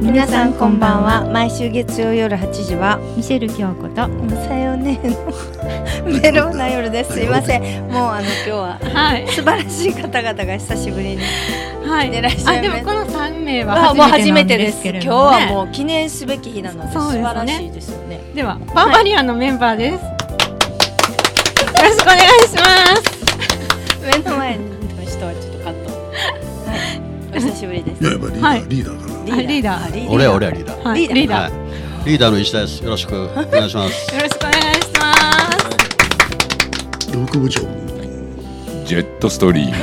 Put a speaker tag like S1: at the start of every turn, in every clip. S1: 皆さんこんばんは毎週月曜夜8時は
S2: ミシェル京子と
S1: まさよねのメロンな夜ですすいませんもうあの今日は
S2: はい
S1: 素晴らしい方々が久しぶりに
S2: は
S1: てらっしゃ
S2: あ
S1: います
S2: でもこの三名
S1: あ
S2: は
S1: もう
S2: 初
S1: 初
S2: め
S1: め
S2: て
S1: て
S2: なんで
S1: ですす
S2: けれ
S1: 今日
S2: ども、ね、
S1: はもう記念すべき日なので
S2: そうで
S1: 素
S2: すね
S1: 晴らしいですよね
S2: ではバーバリアンのメンバーです、よろしくお願いします
S1: 目の前の人はちょっとカット、はい、お久しぶりです
S3: いややっぱリーダー、
S2: はい
S3: リーダーか
S2: リーダー
S1: あリーダー
S4: 俺は俺はリーダー。
S2: はい
S1: リーダー
S2: リーダー、
S4: はい。リーダーの石田です。よろしくお願いします。
S2: よろしくお願いします
S3: ら副部長
S5: ジェットストリーム、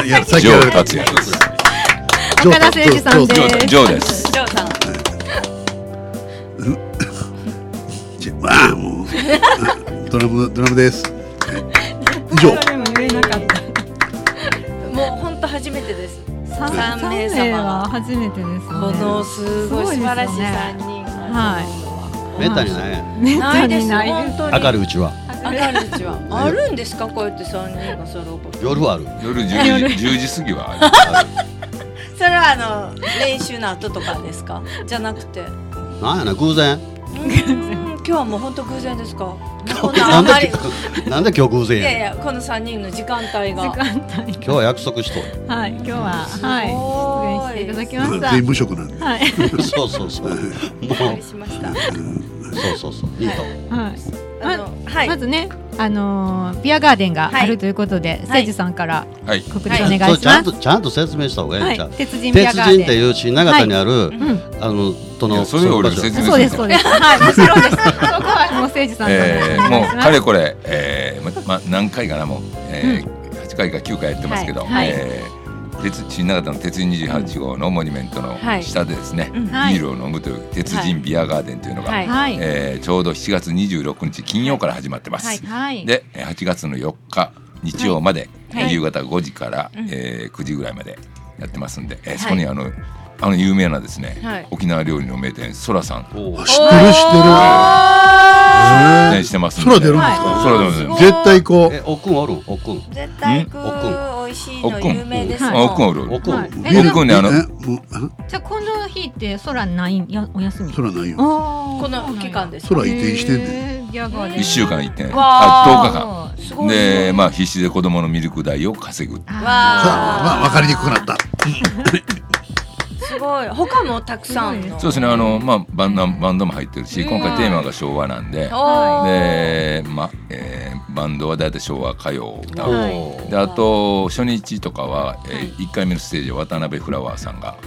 S3: あいや
S5: ジョー達也です。
S3: ジョー
S2: 岡田誠二さん
S5: ジョ
S2: で
S5: ー
S2: す
S5: ジョーです。
S1: ジョーさん
S3: ジョーああもうドラムドラムです以上
S2: それも言えなかった
S1: もう本当初めてです
S2: 三
S1: 三名様
S2: 名は初めてですね
S1: このすごい素晴らしい
S2: すごいです
S1: 三
S2: ね
S1: 人が
S2: はい
S4: めったにね、
S2: めった
S1: ないで
S2: に
S1: す
S2: ない
S1: 本当に
S4: 明るいうちは
S1: 明るいうちはあるんですかこうやって三人が揃うこと
S4: 夜はある。
S5: 夜10時 ,10 時過ぎは
S1: それはあの練習の後とかですかじゃなくてう
S4: なんやな偶然。
S1: ーん今日はもう本当偶然ですかこんなあ
S4: なん
S1: んまりい
S4: でなんで今日偶然や
S1: や
S4: ね
S1: い
S4: ん。
S1: やこの三人の時間帯
S2: 時
S1: が
S2: 間帯
S4: 今日は約束しと
S2: はい今日は
S1: すごい
S2: はい出演していただきました
S3: 全員無職なんで、
S2: はい
S4: る。そうそうそう。もう
S1: びっくりしました
S4: そうそうそう。リーダー。
S2: はい
S1: あのはい
S2: まずね、あのービアガーデンがあるということで、誠、
S1: はい
S2: 治、さんから
S5: い。はい。
S2: 告
S1: は
S2: 知
S1: い
S2: お願いし
S4: そうちゃ
S2: ま
S4: ん
S2: す。
S4: とちゃんと説明した方が
S2: はい
S4: いんちゃう。
S2: 鉄人ビア
S4: 鉄
S2: ガー
S4: 人って
S2: デン。
S4: いう新長田にある
S2: うん、
S4: あの
S5: い
S4: その
S5: やそれ俺
S4: 場 所
S5: 説明
S2: そうですそうです。はい、もちろんです。そこはもう誠治さんから
S5: え
S2: お
S5: ー、
S2: 願い
S5: も
S2: し
S5: う
S2: ます
S5: かれこれ、えー、ま、ま、何回かなもう、えー、8回か9回やってますけど、
S2: はいはい
S5: えー鉄新長田の鉄人28号のモニュメントの
S1: はい
S5: 下でですね、
S1: うん
S2: はい
S5: ビールを飲むという鉄人ビアガーデンというのが、
S1: はい
S2: はい、
S5: えーちょうど7月26日金曜から始まってます。
S1: はい
S2: はい、
S5: でえー8月の4日日曜まで、
S1: はいはい
S5: 夕方5時から、
S1: うん
S5: えー9時ぐらいまでやってますんで、えー
S1: い
S5: そこにあのあの有名なですね、
S1: はい
S5: 沖縄料理の名店そらさん
S4: おう
S3: あ知ってる知
S5: 出
S3: っ
S5: 演してますんで
S3: 空出るんですか
S5: そら出ます
S1: す
S5: ん
S1: ご
S5: で
S1: い
S3: 絶対行こ
S4: えおっくんおるおっくん。
S1: 絶対行く
S4: んお
S1: 美味しい
S5: お
S1: の
S5: っくん
S1: 有名です
S5: あおっくん
S1: も
S5: お
S1: ん
S5: るお
S4: お
S5: る
S4: っくん。
S2: はい
S3: ビ
S2: え
S3: ール
S5: 僕はねあの
S3: えもうあ
S2: じゃあこの日って空ないやお休み。
S3: そらないよ
S2: おー。
S1: この期間ですす
S3: そら移転してんねん
S2: へービアガーデン。
S5: 1週間行ってね
S1: わー
S5: あ
S2: 間。
S1: す
S5: 10
S1: ご
S5: 日間
S1: い
S5: でまあ必死で子供のミルク代を稼
S2: あ
S5: ぐ
S1: わ
S2: ー
S1: ー
S3: さあまあ分かりにくくなった
S1: すごい他もたくさんの
S5: そうですねあの、まあ、バンドバンドも入ってるし今回テーマが昭和なんで
S1: おー
S5: で、まあえーバンドは大体昭和歌謡を歌う
S4: お
S2: はい
S4: ー
S5: であと初日とかは、え
S1: はい
S5: 1回目のステージは渡辺フラワーさんが、え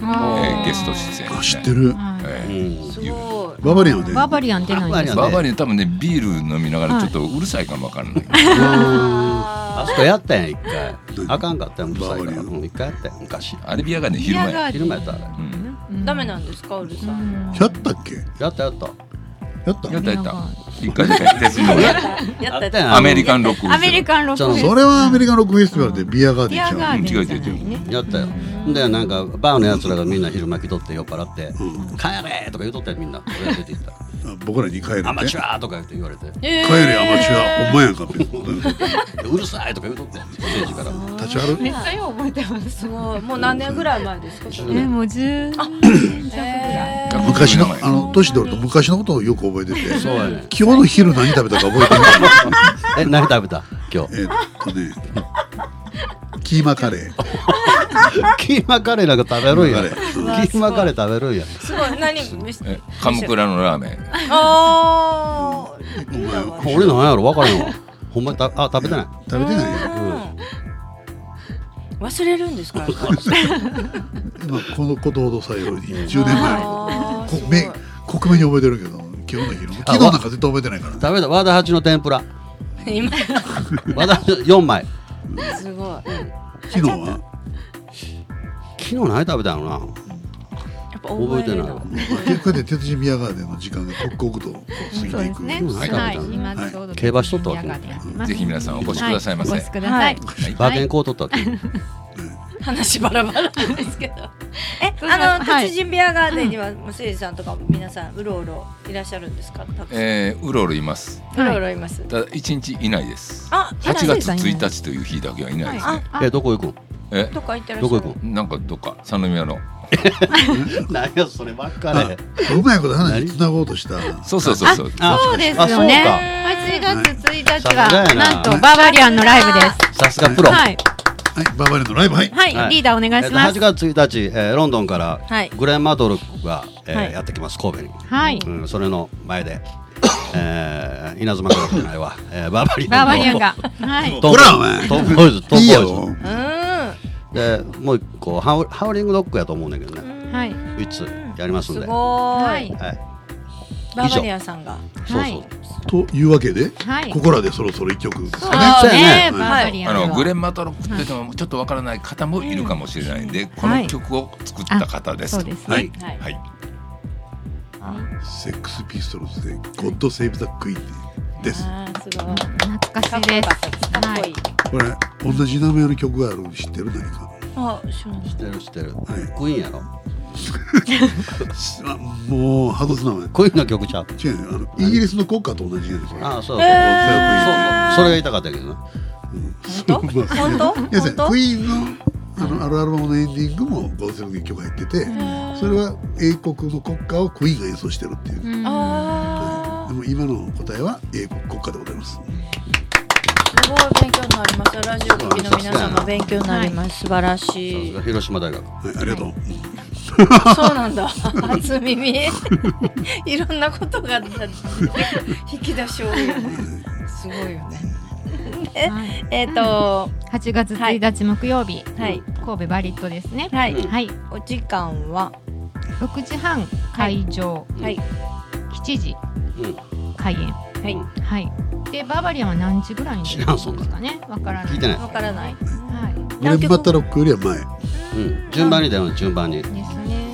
S1: ー
S2: あ
S5: ーゲスト出演
S3: あ
S5: し
S3: 知
S5: て
S3: ってる
S2: はい
S4: うん
S5: え
S1: すごい
S3: ババリアンで
S2: バーバリアン出ないんですか。
S5: ーバーバリア多分ねビール飲みながらちょっとうるさいかもわからない、
S3: あ
S4: あ
S1: あ
S4: そこやったやん一回
S3: う。ん
S4: あかんかったやんうるさいか
S3: バーバリ
S4: ら。
S3: アン
S4: うん一回やったやん昔。
S5: アレビアがね昼間
S2: ビアガ
S5: や
S2: ーデン
S4: 昼間やったあれ。
S2: うん
S1: ダメなんですかうるさい
S2: うん
S3: ーやったっけ
S4: やったやった。
S3: やった
S5: やったやった
S2: なんか
S5: 一回だけ別 に
S1: やった
S4: あったやん
S5: アメリカンロック
S2: アメリカンロックフェス
S3: それはアメリカンロックフェスティバルでビアガーデ
S2: ビ
S3: ン
S2: ア
S3: ちゃ
S2: ガ
S3: う
S2: ーデンじゃ
S5: 違う違う違う
S2: ないね。
S4: やったよ。でなんかバーのやつらがみんな昼巻き取って酔っ払って「帰れ!」とか言うとったよみんな俺が 出て行ったら
S3: あ僕らに帰る
S4: 「アマ
S3: ね
S4: チュア!」とか言って言われて「
S1: え
S3: 帰れアマチュアお前やんか別に
S4: うるさい!」とか言うとったよ ステージから
S3: 立ち歩
S2: めっちゃよう覚えてます。
S1: すごいもう何年ぐらい前ですかそれ
S2: えもう十
S1: え
S5: ー
S3: 昔のあの年取ると昔のことをよく覚えてて
S4: そうやね
S3: 今日の昼何食べたか覚えてない
S4: え何食べた今日
S3: えっとねキーマカレー
S4: キーマカレーなんか食べるんや
S3: キーマ
S4: キーマカレー食べるんや
S1: すごい何
S5: え鎌倉のラーメン
S1: ああ
S3: お前は
S4: 俺なんやろ分からんわほんまにたあ食べてない
S3: 食べてないよ
S1: 忘れるんですか やっぱり
S3: まあこのことほど最後に10年前
S1: あー
S3: こ
S1: すごい
S3: め克明に覚えてるけど今日の昼昨日なんか絶対覚えてないから
S4: 食べた和田八の天 ぷら
S1: 今
S4: 和田八4枚
S1: すごい
S3: 昨日は
S4: 昨日何食べたのな
S1: やっぱ
S4: 覚えてない
S1: る
S4: わ
S3: 結果で鉄人ビアガーデンの時間が刻々とこう過ぎ
S2: そう
S3: て
S2: で
S3: い
S2: す
S3: く
S2: ね。
S4: はい
S2: はい、今ちょうど
S4: 競馬しとったわけ
S2: ビアガーデンやってます
S5: ぜひ皆さんお越しくださいませ、
S2: はお越しください。
S4: 馬券こう取ったわけ
S1: 話バラバラですけどえ
S2: そう
S1: あの
S2: はい
S1: 鉄人ビアガーデンにはむすいさんとか皆さんうろうろいらっしゃるんですかたくさん
S5: えーうろうろいます
S1: うろうろいます
S5: ただ1日いないです
S1: あ
S5: 8月
S2: いない
S5: 1日という日だけはいないですね、
S2: はい
S4: えどこ行くん
S5: え
S1: どこ行ってらっしゃる
S4: どこ行くん
S5: なんかどっか三宮の
S4: 何やそればっかね
S3: うまいこと話つなごうとした。
S5: そうそうそうそう。
S4: あ
S2: そうですよね8月1日は
S4: さすがやな
S2: なんとバーバリアンのライブです
S4: さすがプロ、
S2: はい
S3: はい、ババレのライブ、はい。
S2: はいリーダーお願いしま
S4: えっ
S2: す
S4: と8月1日、えーロンドンから
S1: はい
S4: グレンマドルクが、えー
S1: はい
S4: やってきます神戸に、
S2: はい
S4: うん、それの前で、えー、稲妻からじゃないわ、えー、バーバリアン
S2: バーバリアン
S4: の
S2: が はい
S4: ト
S3: ほ
S4: ム
S3: らお前
S4: トムボーイズトムボーイ
S3: いい
S4: ズ
S3: よ。
S1: うーん
S4: でもう一個ハウハウリングドッグやと思うねんだけどね
S2: はい
S4: いつやりますん
S1: す
S4: で
S1: ご
S2: は
S1: ーい
S2: い
S4: はい、
S1: ババリアンさんが
S4: そう
S2: は
S4: そう
S2: い
S3: というわけで、
S2: はい
S3: ここらでそろそろ一曲です
S2: そ
S3: か
S2: う
S3: ね。
S4: そうやね
S2: ね
S3: うん
S2: バーバリア
S5: あ
S2: ンは
S5: のグレン・マトロックって言ってもちょっとわからない方もいるかもしれないんで、この曲を作った方です。
S2: そうです
S4: は
S2: ね
S4: い
S1: はい
S5: はい。
S3: セックスピストルズで、ゴッドセーブザクイーンです。
S1: あーすごいか
S2: 懐か
S1: っ
S2: し
S1: こ
S2: い
S1: よ
S2: です
S1: かったですかっこいい
S3: これ、同じ名前の曲があるの知ってる何か。
S1: あ知らない
S4: 知ってる知ってる、
S3: い
S4: クイーンやろ
S3: あもう、ハドツ名前。
S4: クイーンの曲ちゃう
S3: 違うね、あの、イギリスの国歌と同じやね、これ。
S4: ああそうそう、
S1: えー
S4: そうそうそれが言いたかったけどな
S3: 本当
S1: 本当
S3: 要す
S1: 本
S3: る
S1: 当
S3: にクイーンのあのあるアルバムのエンディングもゴーセルの曲入っててそれは英国の国歌をクイーンが演奏してるっていう、
S2: うん
S1: あ
S3: で
S1: ー
S3: も今の答えは英国国歌でございます
S1: すごい勉強になりましたラジオ聞きの皆様勉強になります素晴ら
S4: さ
S1: し
S4: す
S1: い
S4: が広島大学
S3: はいありがとう、
S1: そうなんだ初耳いろんなことが引き出し多いよねすごいよね
S2: はい
S1: えっ、と
S2: 8月1日木曜日
S1: はい
S2: 神戸バリットですね
S1: はい
S2: はい
S1: お時間は
S2: 6時半会場
S1: はい
S2: 7時
S4: うん
S2: 開演
S1: はい
S2: はいでバーバリアンは何時ぐらいに出るんですかねわからない
S4: 聞いてない
S1: わからない
S2: はい
S3: グレン・バタロックよりは前
S4: うん、順番に出るの順番に
S2: ですね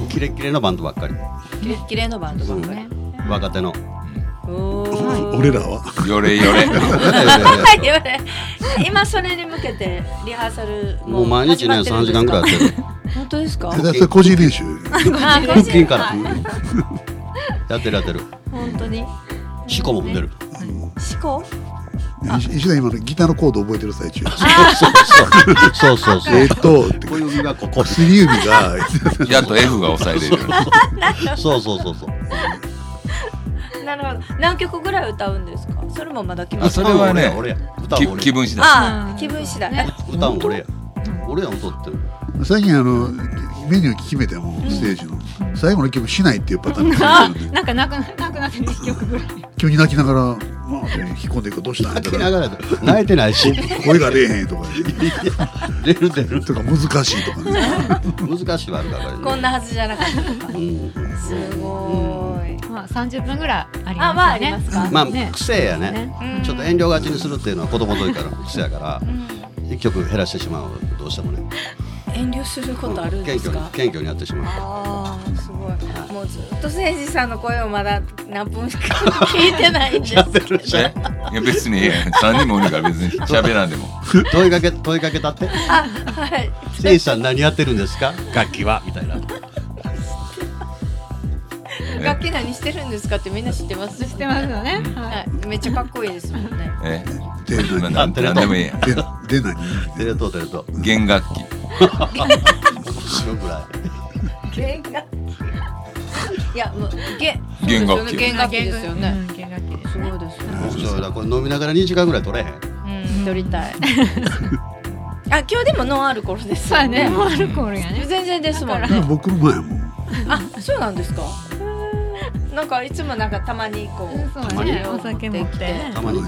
S4: キレッキレのバンドばっかり
S1: キレッキレのバンドばっかり
S2: ね
S4: 若手の
S1: おー
S3: 俺らは
S5: よれよれ。
S1: はい言われ今それに向けてリハーサル
S4: もう毎日ね3時間ぐらいやってる
S1: 本当ですか
S3: えだからそれ個人練習
S1: あー
S4: 腹筋から やってるやってる
S1: 本当に
S4: シコも出る
S1: 思考
S3: 石石田今のギターのコード覚えてる最中
S4: そうそうそう
S3: えーっとって
S4: 小指がここそう
S3: 薬指が
S5: やっと F が抑えれるように。
S4: そうそうそう
S1: なるほど何曲ぐらい歌うんですかそれもまだ決ま
S5: あ
S1: って
S5: それはね
S4: 俺や歌
S5: き
S4: も俺
S5: 気
S4: や
S5: 分次第。
S1: ああ気分次第
S2: ね
S4: 歌も俺や俺や歌ってる
S3: 最近あのメニュー決めてもうステージの、最後の曲しないっていうパターンが 続いてるんで
S2: なんかなくななくなって2曲ぐらい
S3: 急に泣きながら、まあ、引き込んでいくとどうしたん
S4: 泣
S3: だ
S4: き
S3: から
S4: ながら泣いてない し
S3: 声が出えへんとか、
S4: 出る出る
S3: とか難しいとかね。
S4: 難しいわあるからね
S1: こんなはずじゃなかったとか
S4: うん
S1: すごーい
S2: まあ30分ぐらいありますよね
S1: あまあありますか
S4: まあ
S2: ね
S4: 癖やね
S2: ね
S1: うん
S4: ちょっと遠慮がちにするっていうのは子供の時からの癖やから
S1: うん
S4: 一曲減らしてしまうどうしてもね
S1: 遠慮することあるんです
S4: 謙虚
S1: か
S4: に謙虚にやってしまう
S1: ああすごいもうずっと誠司さんの声をまだ何分しか聞いてないんですけど
S5: ねいや別に3人もおるから別に喋らんでも。
S4: 問いかけ問いかけたって
S1: あはい
S4: 「せいさん何やってるんですか楽器は」みたいな
S1: 楽器何してるんですかってみんな知ってます
S2: してますよねはい
S1: はいめっちゃかっこいいですもんね
S5: え
S3: で、
S5: ななんなんでもいいやん。
S3: で、で、何。
S4: 出ると出ると
S5: 弦楽器。
S4: 後ろぐら
S1: 弦楽器いやもう弦
S5: 弦楽器
S1: そうですよね弦楽器ですよね
S2: うん弦楽器です
S1: す
S2: ね
S1: ごいですね
S4: いそうだこれ飲みながら2時間ぐらい取れへん
S1: うん撮りたいあ今日でもノンアルコールです
S2: そう
S1: よ
S2: やね
S1: ね
S2: もうアルコールやね
S1: 全然ですもんね
S3: 僕の前も。
S1: あそうなんですかへーなんかいつもなんかたまにこう
S2: そうねお酒持ってね
S4: たまに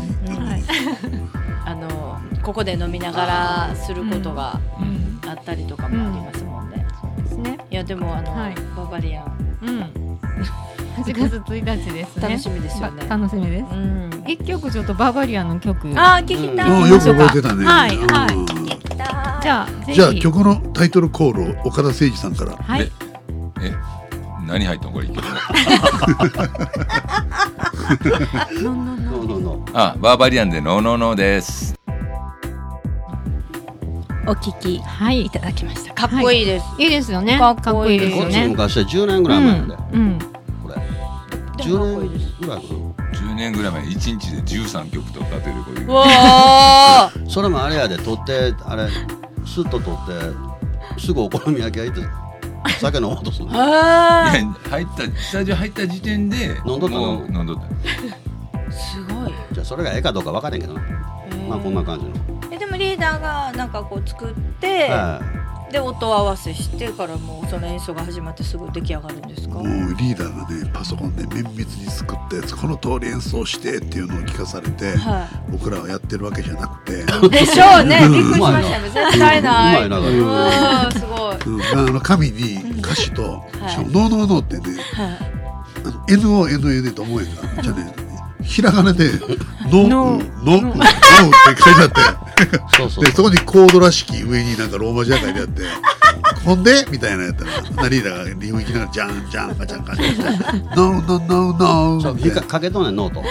S1: あのここで飲みながらすることが
S5: うん
S1: あったりとかもありますもんね。
S2: ですね
S1: いやでもあの、
S2: はい
S1: ババリアン、
S2: うん8月1日ですね
S1: 楽しみですよね
S2: ば楽しみです
S1: うん、
S2: 一曲ちょっとバーバリアンの曲じゃ
S1: あー聞きたい、
S3: ああ、よく覚えてたね。
S2: はいはい
S3: うん
S1: 聞きたい
S2: あぜひ
S3: じゃあ、曲のタイトルコールを岡田誠二さんから。
S2: はい
S5: ええ何入ったのこれ。
S2: のんのんの
S4: ど
S2: ん
S4: うどうどう
S5: あバーバリアンでノーノーノーです。
S1: お聞き
S2: はい
S1: いただきましたかっこいいです、
S2: いいですよね
S1: かっこいい
S2: かっ
S1: です
S4: こ
S2: よ
S4: っち
S2: ね
S4: 昔は10年ぐ
S2: う
S4: らい前や
S2: ん
S4: で
S2: うん
S4: これ
S1: でもかっこい
S4: 10
S1: いです
S4: 年ぐらいかな
S5: 10年ぐらい前一日で13曲とか出てこ
S1: わあ
S4: それもあれやで取ってあれスッと取ってすぐお好み焼き屋行って酒飲もうとするの
S1: あ
S5: いや入ったスタジオ入った時点で
S4: 飲んどったの
S5: もう飲んどった
S1: あすごい
S4: じゃあそれがええかどうか分からへんけどな まあこんな感じの
S1: えでもリーダーがなんかこう作って、
S4: は
S1: で音合わせしてからもうその演奏が始まってすぐ出来上がるんですか、
S3: もうリーダーがねパソコンで綿密に作ったやつこの通り演奏してっていうのを聞かされて、
S1: は
S3: 僕らはやってるわけじゃなくて、
S1: い、でしょう ねびっくりしましたね絶対
S4: い
S1: な
S4: うまい
S1: い
S4: な
S1: う
S4: これ
S3: うん
S1: わーすごい
S3: うん、あの紙に歌詞と「
S1: はい
S3: しかもノーノーノー」ってね
S1: はい
S3: あの NONA でと思えたじゃねひらがなで「ノーノ
S2: ノ
S3: ー
S2: ー
S3: ノー」って書いてあって
S4: そうそう
S3: でそこにコードらしき上になんかローマ字が書いてあって「ほんで?」みたいなやったらリーダーがリフ行きながら「じゃんじゃんかじゃんかじゃんか」「ノーノーノーノ
S4: そ
S3: ー」
S4: う
S3: って
S4: かかけとんねんノート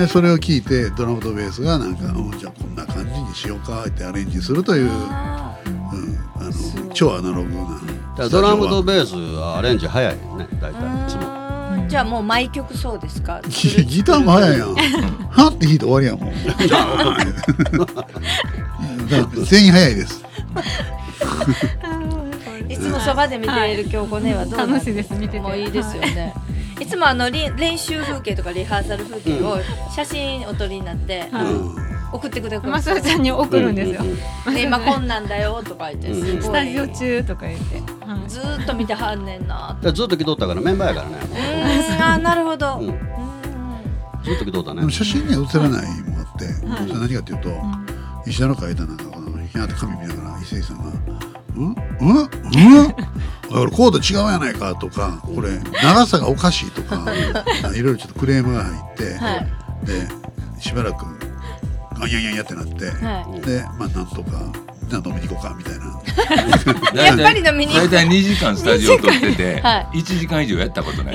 S3: でそれを聞いてドラムとベースがなんか「うんじゃあこんな感じにしようか」ってアレンジするという、うん、
S1: あ
S3: あの超アナログな
S4: だからドラムとベースはアレンジ早いよね大体いつも
S1: ーうーんじゃあもう毎曲そうですか
S3: ギギターも早いやん。はって弾いて終わりやんもう。だから全員早いです。
S1: いつもそばで見ている京子ねはどうなん
S2: 楽しいです見てて
S1: もういいですよね、い、つもあのり練習風景とかリハーサル風景を写真お撮りになって
S3: うん
S1: 送ってくれる
S2: マサオちゃんに送るんですよ
S4: う。う
S1: で今こんなんだよとか言ってすごい
S2: スタジオ中とか言って。はい
S1: ずーっと見てはんねんな
S4: だからずっと来とったからメンバーやからね
S1: うーんあーなるほど、
S4: う
S1: うんん、
S4: ずっと来とった
S3: で
S4: ね
S3: も写真には写らないもんあって、それ何かっていうと、石田の書いたなんかこのひなって紙見ながら伊勢井さんが「うんうんうん?」俺コード違うやないかとかこれ長さがおかしいとかいろいろちょっとクレームが入って、
S1: はい
S3: でしばらく「あんやんやんや」ってなって、
S1: は
S3: でまあなんとか「じゃあ飲みに行こうか」みたいな。
S1: やっぱり飲みに行
S5: 大
S1: く
S5: 体2時間スタジオ撮ってて
S1: は
S5: 1時間以上やったことない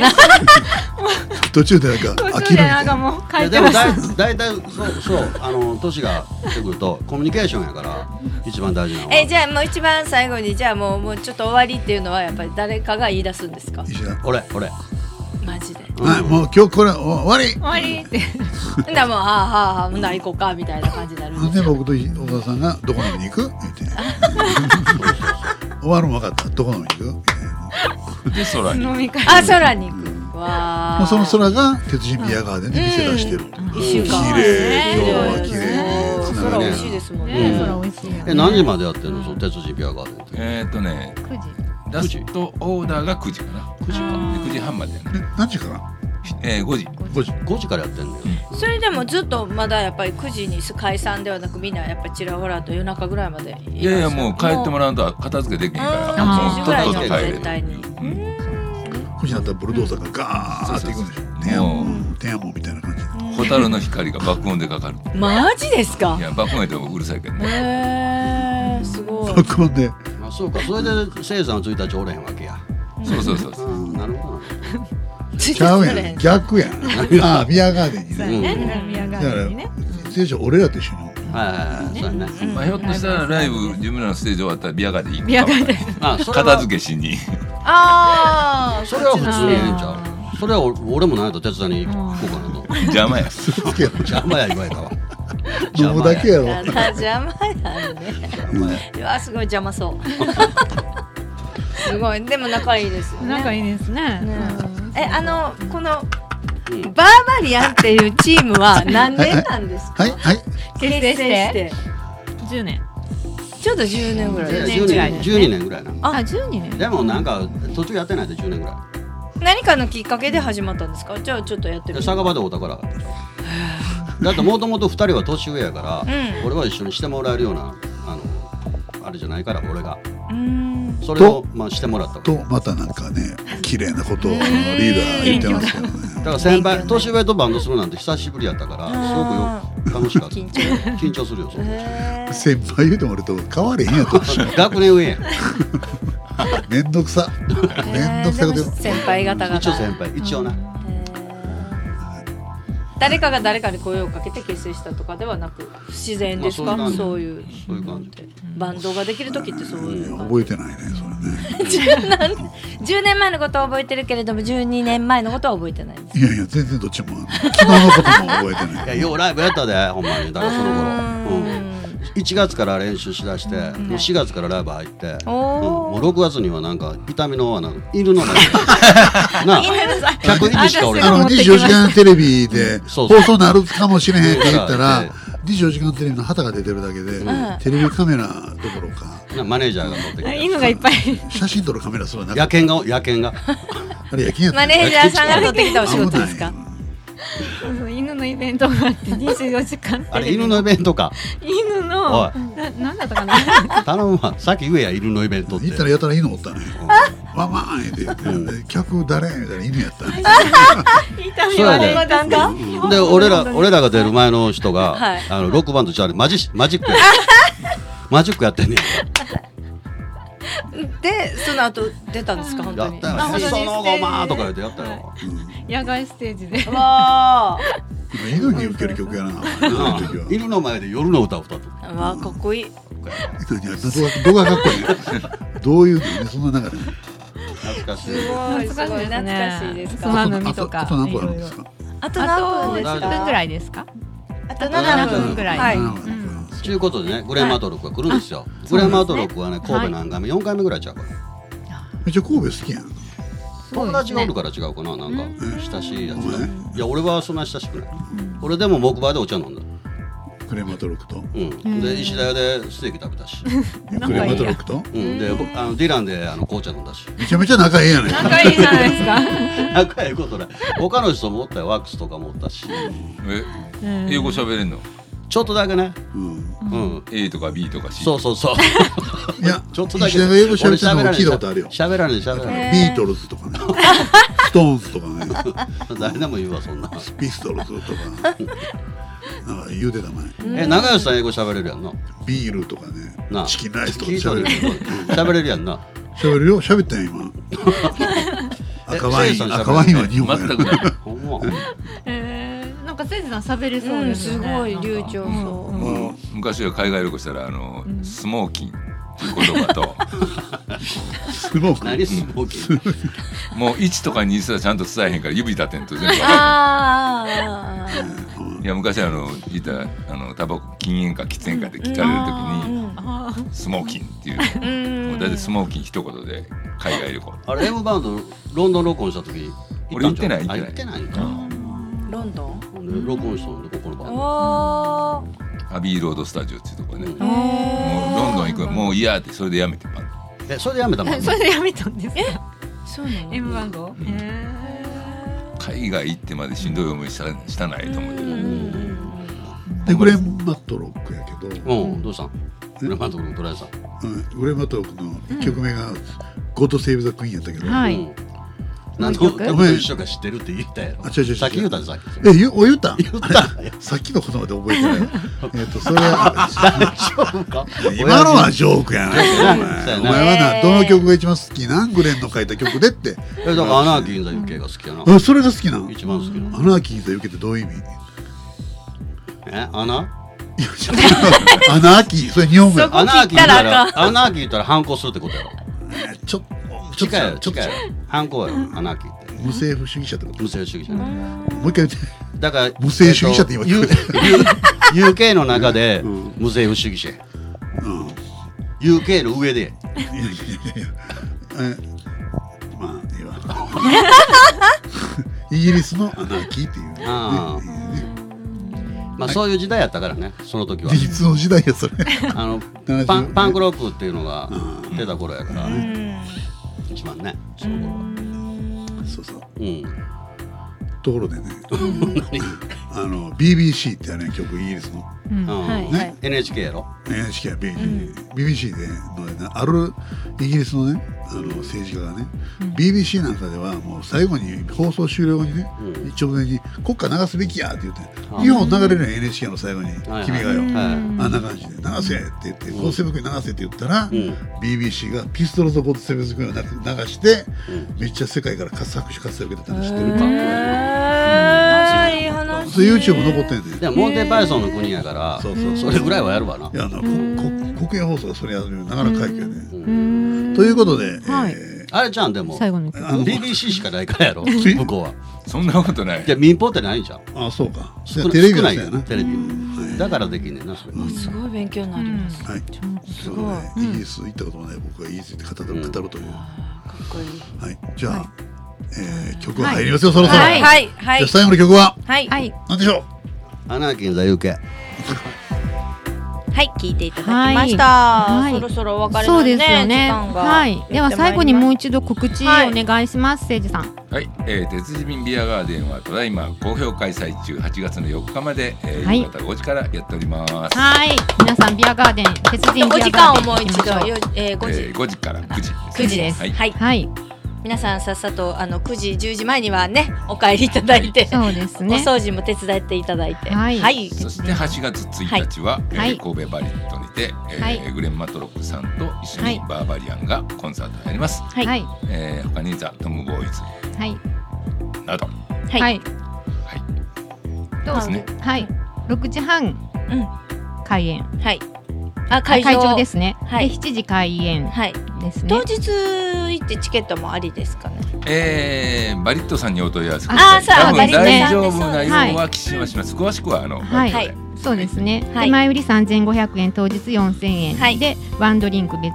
S3: 途中でなんか
S2: 途
S3: 飽
S2: 中
S3: き
S2: で
S3: るみ
S2: な
S3: た
S2: んか
S3: いな。
S2: もう
S4: い
S2: 書
S4: や
S2: いて
S4: でも
S2: ま
S4: だい
S2: す。
S4: 大体そうそうあの年が来てくるとコミュニケーションやから一番大事なのは
S1: えじゃあもう一番最後にじゃあもうもうちょっと終わりっていうのはやっぱり誰かが言い出すんですか
S3: 石田
S4: 俺俺
S1: マジで
S3: はい、もう今日これ終わり
S2: 終わりって。
S1: ほんならもうあーはあはあほんなら行こうかみたいな感じになるんです
S3: で僕と小田さんが「どこ飲みに行く?」って言って「終わるも分かったどこ飲みに行く?」
S5: で空に
S2: 飲み会。
S1: あ空に行くわ
S3: もう
S1: あ
S3: その空が鉄人ビアガーデンで店出してる、
S1: 一週間
S3: 綺麗今日は綺
S1: ね
S3: 麗
S1: 空美味しいですもんね
S2: ね、空美味しいよね。
S4: え何時までやってるのその鉄人ビアガーデンって
S5: えーっとね
S2: 九時。
S5: ラストオーダーが9時かな9時か9時半までやな
S3: で何時かな
S5: えー5時
S3: 5時
S4: 5時からやってんのよ
S1: それでもずっとまだやっぱり9時に解散ではなくみんなやっぱちらほらと夜中ぐらいまで
S5: いやいやもう帰っても
S1: ら
S5: らうと片付けできへんか
S1: う
S5: ら
S1: ん
S5: も
S2: 10時
S5: う
S2: ぐらい
S5: と
S2: に
S5: っ
S2: は
S5: とと帰れ
S1: 絶対に
S5: うん
S3: 9時になったらブルドーザーがガーって行くんでしょ天安門天安門みたいな感じ で
S5: 蛍の光が爆音でかかる
S1: マジですか
S5: いや爆音やとうるさいけどね
S1: へえすごい
S3: 爆音で
S4: あそうかそれで生産1日おれへんわけや
S5: そうそうそうそう
S4: うんなるほどな
S3: ちゃうやん逆 やんああビアガーデンに
S2: そう
S3: ね
S2: やね。
S4: うん
S2: 南アガ
S3: だ
S2: ー
S3: か
S2: デ
S3: ら
S2: ンにね。
S3: 選手俺らと一緒に
S4: はいはいはいそうやね
S5: まあ、ひょっとしたらライブ自分らのステージ終わったらビアガーでいい
S2: ビアガーデン。
S4: あそれ
S5: 片
S4: は
S5: 付けしに
S1: ああ
S4: それは普通にええんちゃうそれは俺俺もなんやと手伝いに行こうかなと
S5: 邪魔や
S4: 邪魔や言われた わ
S3: 飲むだけやろ
S1: ただ邪魔やね
S4: 邪魔や
S1: うわすごい邪魔そうすごいでも仲いいですよね
S2: 仲いいですね。
S1: ね
S2: うん
S1: えあのこの
S4: うん
S1: バーバリアンっていうチームは何年なんですか
S3: はいはい
S2: 結成して
S1: て
S2: 10年。
S1: ちょうど10年ぐらい
S4: 10
S1: です
S4: 年
S1: ね
S4: 12 12年ぐらいな
S2: あ、12年。
S4: でもなんか途中やってないで10年ぐら
S1: 何かのきっかけで始まったんですかじゃあちょっとやってみ
S4: いで
S1: る
S4: 酒場でお宝だってもともと2人は年上やから、
S1: うん
S4: 俺は一緒にしてもらえるようなあのあれじゃないから俺が
S1: うーん
S4: それをまあしてもらったわ
S3: とまたなんかね綺麗なことをリーダー言ってますけどね
S4: だから先輩年上とバンドするなんて久しぶりやったから
S1: あ
S4: すごくよ楽しかった
S1: 緊張
S4: 緊張するよそんな
S1: へー
S3: 先輩言うても俺と変われへんやと
S4: 学年上やん
S3: めんどくさめんどくさく
S1: で
S3: て
S1: も 先輩方が
S4: 一応先輩一応な、
S1: 誰かが誰かに声をかけて結成したとかではなく不自然ですか、
S4: まあ
S1: そ
S4: そうう
S1: いう
S4: そういう感じ
S1: バンドができる時ってそういう感じ
S3: 覚 えてないねそれね
S1: 10年前のことは覚えてるけれども12年前のことは覚えてないんです
S3: いやいや全然どっちも昨日のことも覚えてない
S4: いやようライブやったでほんまにだからその
S1: う
S4: 頃、うん
S1: ーん
S4: 1月から練習しだして、
S1: ん
S4: 4月からライブ入って、うん、
S1: おー
S4: もう6月にはなんか痛みのあの犬の中になあ客犬しかおれへん
S3: あの24時間テレビで
S4: そ
S3: 放
S4: うそ
S3: 送
S4: う
S3: なるかもしれへんって言ったら
S4: うん
S3: 24時間テレビの旗が出てるだけで
S1: ん
S3: テレビカメラどころか
S4: なマネージャーが撮ってき
S2: あ
S4: て
S2: 犬がいっぱい。
S3: 写真撮るカメラすらなか
S4: 野
S3: っ
S4: 犬が野犬が
S3: たあれ夜勤やった
S1: マネージャーさんが取ってきたお仕事ですか
S3: 危。ない
S2: そう犬のイベントがあって24時間テレビ
S4: あれ犬のイベントか
S2: 犬
S4: お
S2: のななんだったかな
S4: 頼むわさっき言えや犬のイベントって
S3: 行ったらやたら犬おったねワンワンって言って客誰みたいな犬やったね
S2: 痛み
S4: そう
S2: は
S4: や
S2: ね
S4: で
S2: いたんだ
S4: うんで俺ら俺らが出る前の人が、
S1: はい
S4: あのロックバンドじゃあマジしマジックやマジックやってんね
S1: でその後出たんですか本
S4: んや
S1: 当
S4: っ
S1: に。
S4: たよ
S2: あ本当に
S4: その後まあとか言ってやったよ、
S2: 野外ステージで
S1: わ
S3: 犬に受ける曲やなあの時は
S4: うん犬の前で夜の歌を歌って
S1: あわあかっこいい。
S3: 犬にあ動画動画かっこいいねどういうのねそんな中で
S4: 懐かしい
S1: すごいすごい懐かしいです
S2: つま
S1: か。
S2: みとか
S3: あとあと何個あるんですか
S1: あと
S2: あ
S1: 何
S2: と
S1: 分です
S2: 10
S1: か。
S2: 分ぐら
S1: い。
S2: いですか
S1: あと
S4: あ
S1: 7
S4: と
S1: 分
S4: 7分
S2: ぐらい
S1: はい。
S3: 七個あるんです
S4: ということでね、グレーマートロックが来るんですよ。グレーマートロックはね、神戸何回目、四回目ぐらいちゃうかな。
S3: めっちゃ神戸好きやん
S4: 友達がおるから違うかな、なんか親しいやつが。いや、俺はそんな親しくない。俺でも木馬でお茶飲んだ。
S3: クレマトロクと
S4: うん。で、石田屋でステーキ食べたし。
S3: クレマトロクと
S4: うん。で、僕あのディランであの紅茶飲ん だし。
S3: めちゃめちゃ仲ええやねん
S2: 仲いいじゃないですか
S4: 仲良いことない。他の人もおったよ、ワックスとかもおったし。
S5: え英語喋れんの
S4: ちょっとだけね。
S3: うん
S4: うん。
S5: A とか B とか C
S4: そうそう そう。
S3: いや
S4: ちょっとだけ。
S3: 石田が英語喋ってた
S4: 俺
S3: の
S4: 喋
S3: 聞いたことあるよ
S4: らない喋らない、喋らない。
S3: ビートルズとかねストーンズとかね
S4: 誰でも言うわ、そんな。
S3: ピストルズとかなんか言うてた前
S4: え、長吉さん英語喋れるやんな。
S3: ビールとか
S4: な
S3: ね
S4: あ
S3: チキンライスとか
S4: 聞いた
S3: 喋
S4: で
S3: る
S4: 喋れるやんな。
S3: 喋るよ喋ったよ今赤ワイ
S4: せい
S3: ン
S4: さん喋る
S3: 赤ワインは日本や
S5: 全く
S3: な
S5: ない
S4: ほんま。
S2: えーなんかせいじさん喋れそう
S1: う
S2: で
S1: ん
S2: す
S1: す
S2: よね
S1: ごい流暢そう。
S3: うん
S5: 昔は海外旅行したらあの、スモーキンっていう言葉と
S3: スモーク
S4: 何スモーキー。
S5: もう1とか2すらちゃんと伝えへんから指立てんと全部わか
S1: あ
S5: るいや昔あの言ったらあのタバコ禁煙か喫煙かって聞かれるときに、スモーキンっていう
S1: あ。う
S5: もうん大体スモーキン一言で海外旅行
S4: あれ M バンドロンドン録音した時
S5: 俺行ってない
S4: 行
S5: 行
S4: っ
S5: って
S4: て
S5: な
S4: ないいんか。
S1: ロンドン。
S4: で録音したのでここのバンド。
S1: おー
S5: アビーロードスタジオっていうとこね、も
S1: へ
S5: う
S1: ー
S5: ロンドン行くもう嫌ってそれでやめてバンド
S4: えそれでやめたも ん。
S2: それでやめたんですか
S1: そうなの。
S2: M 番号
S5: ん
S2: え
S5: 海外行ってまでしんどい思いしたしたないと思って、
S3: でグレマトロックやけど
S4: うんどうしたん。俺マンドルトライさん。
S3: うんグレマトロックの一曲目が「ゴッド・セーブ・ザ・クイーン」やったけど
S2: ーはい
S4: うん。何の曲と一緒か知ってるって言ったやろ。
S3: あ違う違う違う
S4: さっき言うたでさっき。
S3: え、ゆお言った
S4: 言った。
S3: さっきのことまで覚えてない。えっと、それは、
S4: 大丈夫か。
S3: 今のはジョークやないか、お
S4: そうや
S3: 前。
S4: な
S3: お前はな、どの曲が一番好きなんグレンの書いた曲でって。
S4: えだからアナーキーインザユッケが好きやな。
S3: あ、それが好きなの
S4: 一番好きなの。
S3: アナーキーと受けてどういう意味
S4: えアナ？
S3: いやちょっとアナーキー、それ日本語や
S1: そこ
S4: アナーキー言
S1: 切
S4: った
S1: ったらあ
S4: らアナーキー言ったら反抗するってことやろ。
S3: ちょっと、ちょっと
S4: 近い
S3: 違
S4: よ
S3: う、ちょっと
S4: 近い
S3: 違
S4: よ
S3: う。。
S4: 反抗やろアナーキーって。
S3: 無政府主義者ってこと
S4: 無政主義者。
S3: もう一回言って。
S4: だから
S3: 無政主義者って今聞こ
S4: えっと U- UK の中で無政府主義者や
S3: うん。い
S4: UK の上で
S3: やいやいやいや。えまあ、いいわ。イギリスのアナーキーっていう。
S4: あまあそういう時代やったからねその時は
S3: でいつの時代やそれ
S4: あの
S3: 70
S4: パンパンクロックっていうのが出た頃やから一番ねその頃は
S3: そうそう
S4: うん
S3: ところでねあの BBC ってあれ曲イギリスの
S4: うん
S1: はいはい
S4: NHK やろ
S3: NHK や BBC,、BBC でのねあるイギリスのねあの政治家がね、BBC なんかではもう最後に放送終了後にね、直前に国歌流すべきやって言って、日本流れるのよ NHK の最後に「
S4: はいはい
S3: 君がよ」
S4: は
S3: あんな感じで「流せ!」って言って「ゴーセブクに流せ」って言ったら、
S4: ん
S3: BBC がピストルズ・ゴーセブクをなく流して、めっちゃ世界から搾取活動を受けてたの知ってるか、
S1: えーいい話。
S3: そう YouTube 残ってんねん
S4: いでもモンテパイソンの国やから
S3: そうそう
S4: それぐらいはやるわない
S3: やあのここ国営放送がそれやるよなかなか快挙やね。ということで、えーって
S4: あれじゃんでも
S2: 最後の曲。
S3: あの
S4: BBC しかないからやろ
S3: え
S4: 向こうは
S5: そんなことない
S4: いや民放ってないじゃん
S3: あそうかじゃあ
S4: 少
S3: テレビ
S4: 少
S3: だ
S4: ない
S3: よ
S4: よ
S3: な
S4: テレビだからできんねんなそれ
S1: あすごい勉強になります。
S3: はい
S1: す
S3: そ
S1: ご
S3: う
S1: い
S3: ねイギリス行ったこともない僕がイギリス行って語る語るという
S1: あーかっこいい。
S3: はいじゃあえー曲が入りますよそろそろ
S1: はい
S3: じゃ
S1: はいは
S3: あ
S1: い
S3: 最後の曲は
S1: はい
S2: は
S1: はい
S2: い。
S3: 何でしょう
S4: アナーキン座右系
S1: 聞いていただきました。
S2: はいは
S1: そ
S2: い
S1: ろそろお別れ
S2: そ
S1: の
S2: う
S1: ね
S2: ですよ
S1: 時
S2: ね。
S1: 間が
S2: はい。では最後にもう
S1: う
S2: 一度告知をお願いします、せいじさん。
S5: はい、えー、鉄人ビアガーデンはただいま好評開催中8月の4日まで、えー
S2: はい
S5: 夕方5時からやっております、
S2: はい。皆さんビアガーデン、鉄人ビアガーデン。
S1: お時間をもう一度
S2: 行きましょ
S1: よえー五
S5: えー
S1: 時
S5: 5時から9時
S1: 九時です。
S5: は
S1: はいい、
S2: はい。
S1: 皆さんさっさとあの九時十時前にはねお帰りいただいて、
S2: そうですね。
S1: お掃除も手伝っていただいて、
S2: はい
S1: はい
S5: そして8月1日は、
S2: は
S5: え
S2: い
S5: ー神戸バリットにて、えー
S2: はい
S5: グレン・マトロックさんと一緒
S2: は
S5: に
S2: い
S5: バーバリアンがコンサートをやります、
S1: はい
S2: はい。
S5: えー、他にザ・トム・ボーイズ
S2: はい。
S5: など
S1: はい
S2: はい。
S5: はい
S2: ど
S5: ですね
S2: はい。六時半
S1: うん
S2: 開演。
S1: はいあ
S2: 会
S1: 会場
S2: 場ですすね。
S1: はい
S2: で七時開演
S1: はい
S2: ですね
S1: 当。日行ってチケットもありですかね
S5: えー、バリットさんにお問い合わせくだ
S1: あ
S5: さ
S1: あそうバ
S5: い多分
S1: リットさん
S5: 大丈
S1: です
S5: 夫なようは気しまします、詳しくはあの、
S2: はい
S5: バリット
S2: そうですね。
S1: はい
S2: で前売り三千五百円、当日四千円、
S1: はい
S2: でワンドリンク別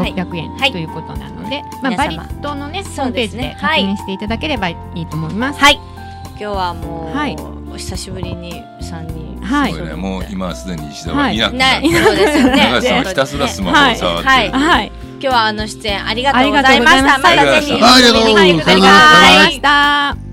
S1: はい
S2: 六百円、
S1: はい
S2: ということなので、まあ
S1: 皆
S2: バリ
S1: 様
S2: ットのねホ
S1: そ
S2: ー
S1: う
S2: ムペ
S1: です
S2: ージで
S1: ね
S2: 確認していただければいいと思います。
S1: はい今日はもう、
S2: はい
S1: お久しぶりに三人
S2: はい
S5: で
S1: そ
S5: す
S1: うです
S5: ごいねもう今はすでに石田はいなくな
S1: な
S5: っ
S1: い
S5: て、
S1: そうですよね
S5: 永瀬さんはひたすらスマホを触って、
S1: はい
S2: はい、
S1: 今日はあの出演ありがとうございました
S2: ありがとうござい
S1: ま
S2: ました
S1: たぜひ
S3: ありがとうございま
S1: は
S2: ありがとうご
S3: した
S2: ざいま
S1: い
S2: した。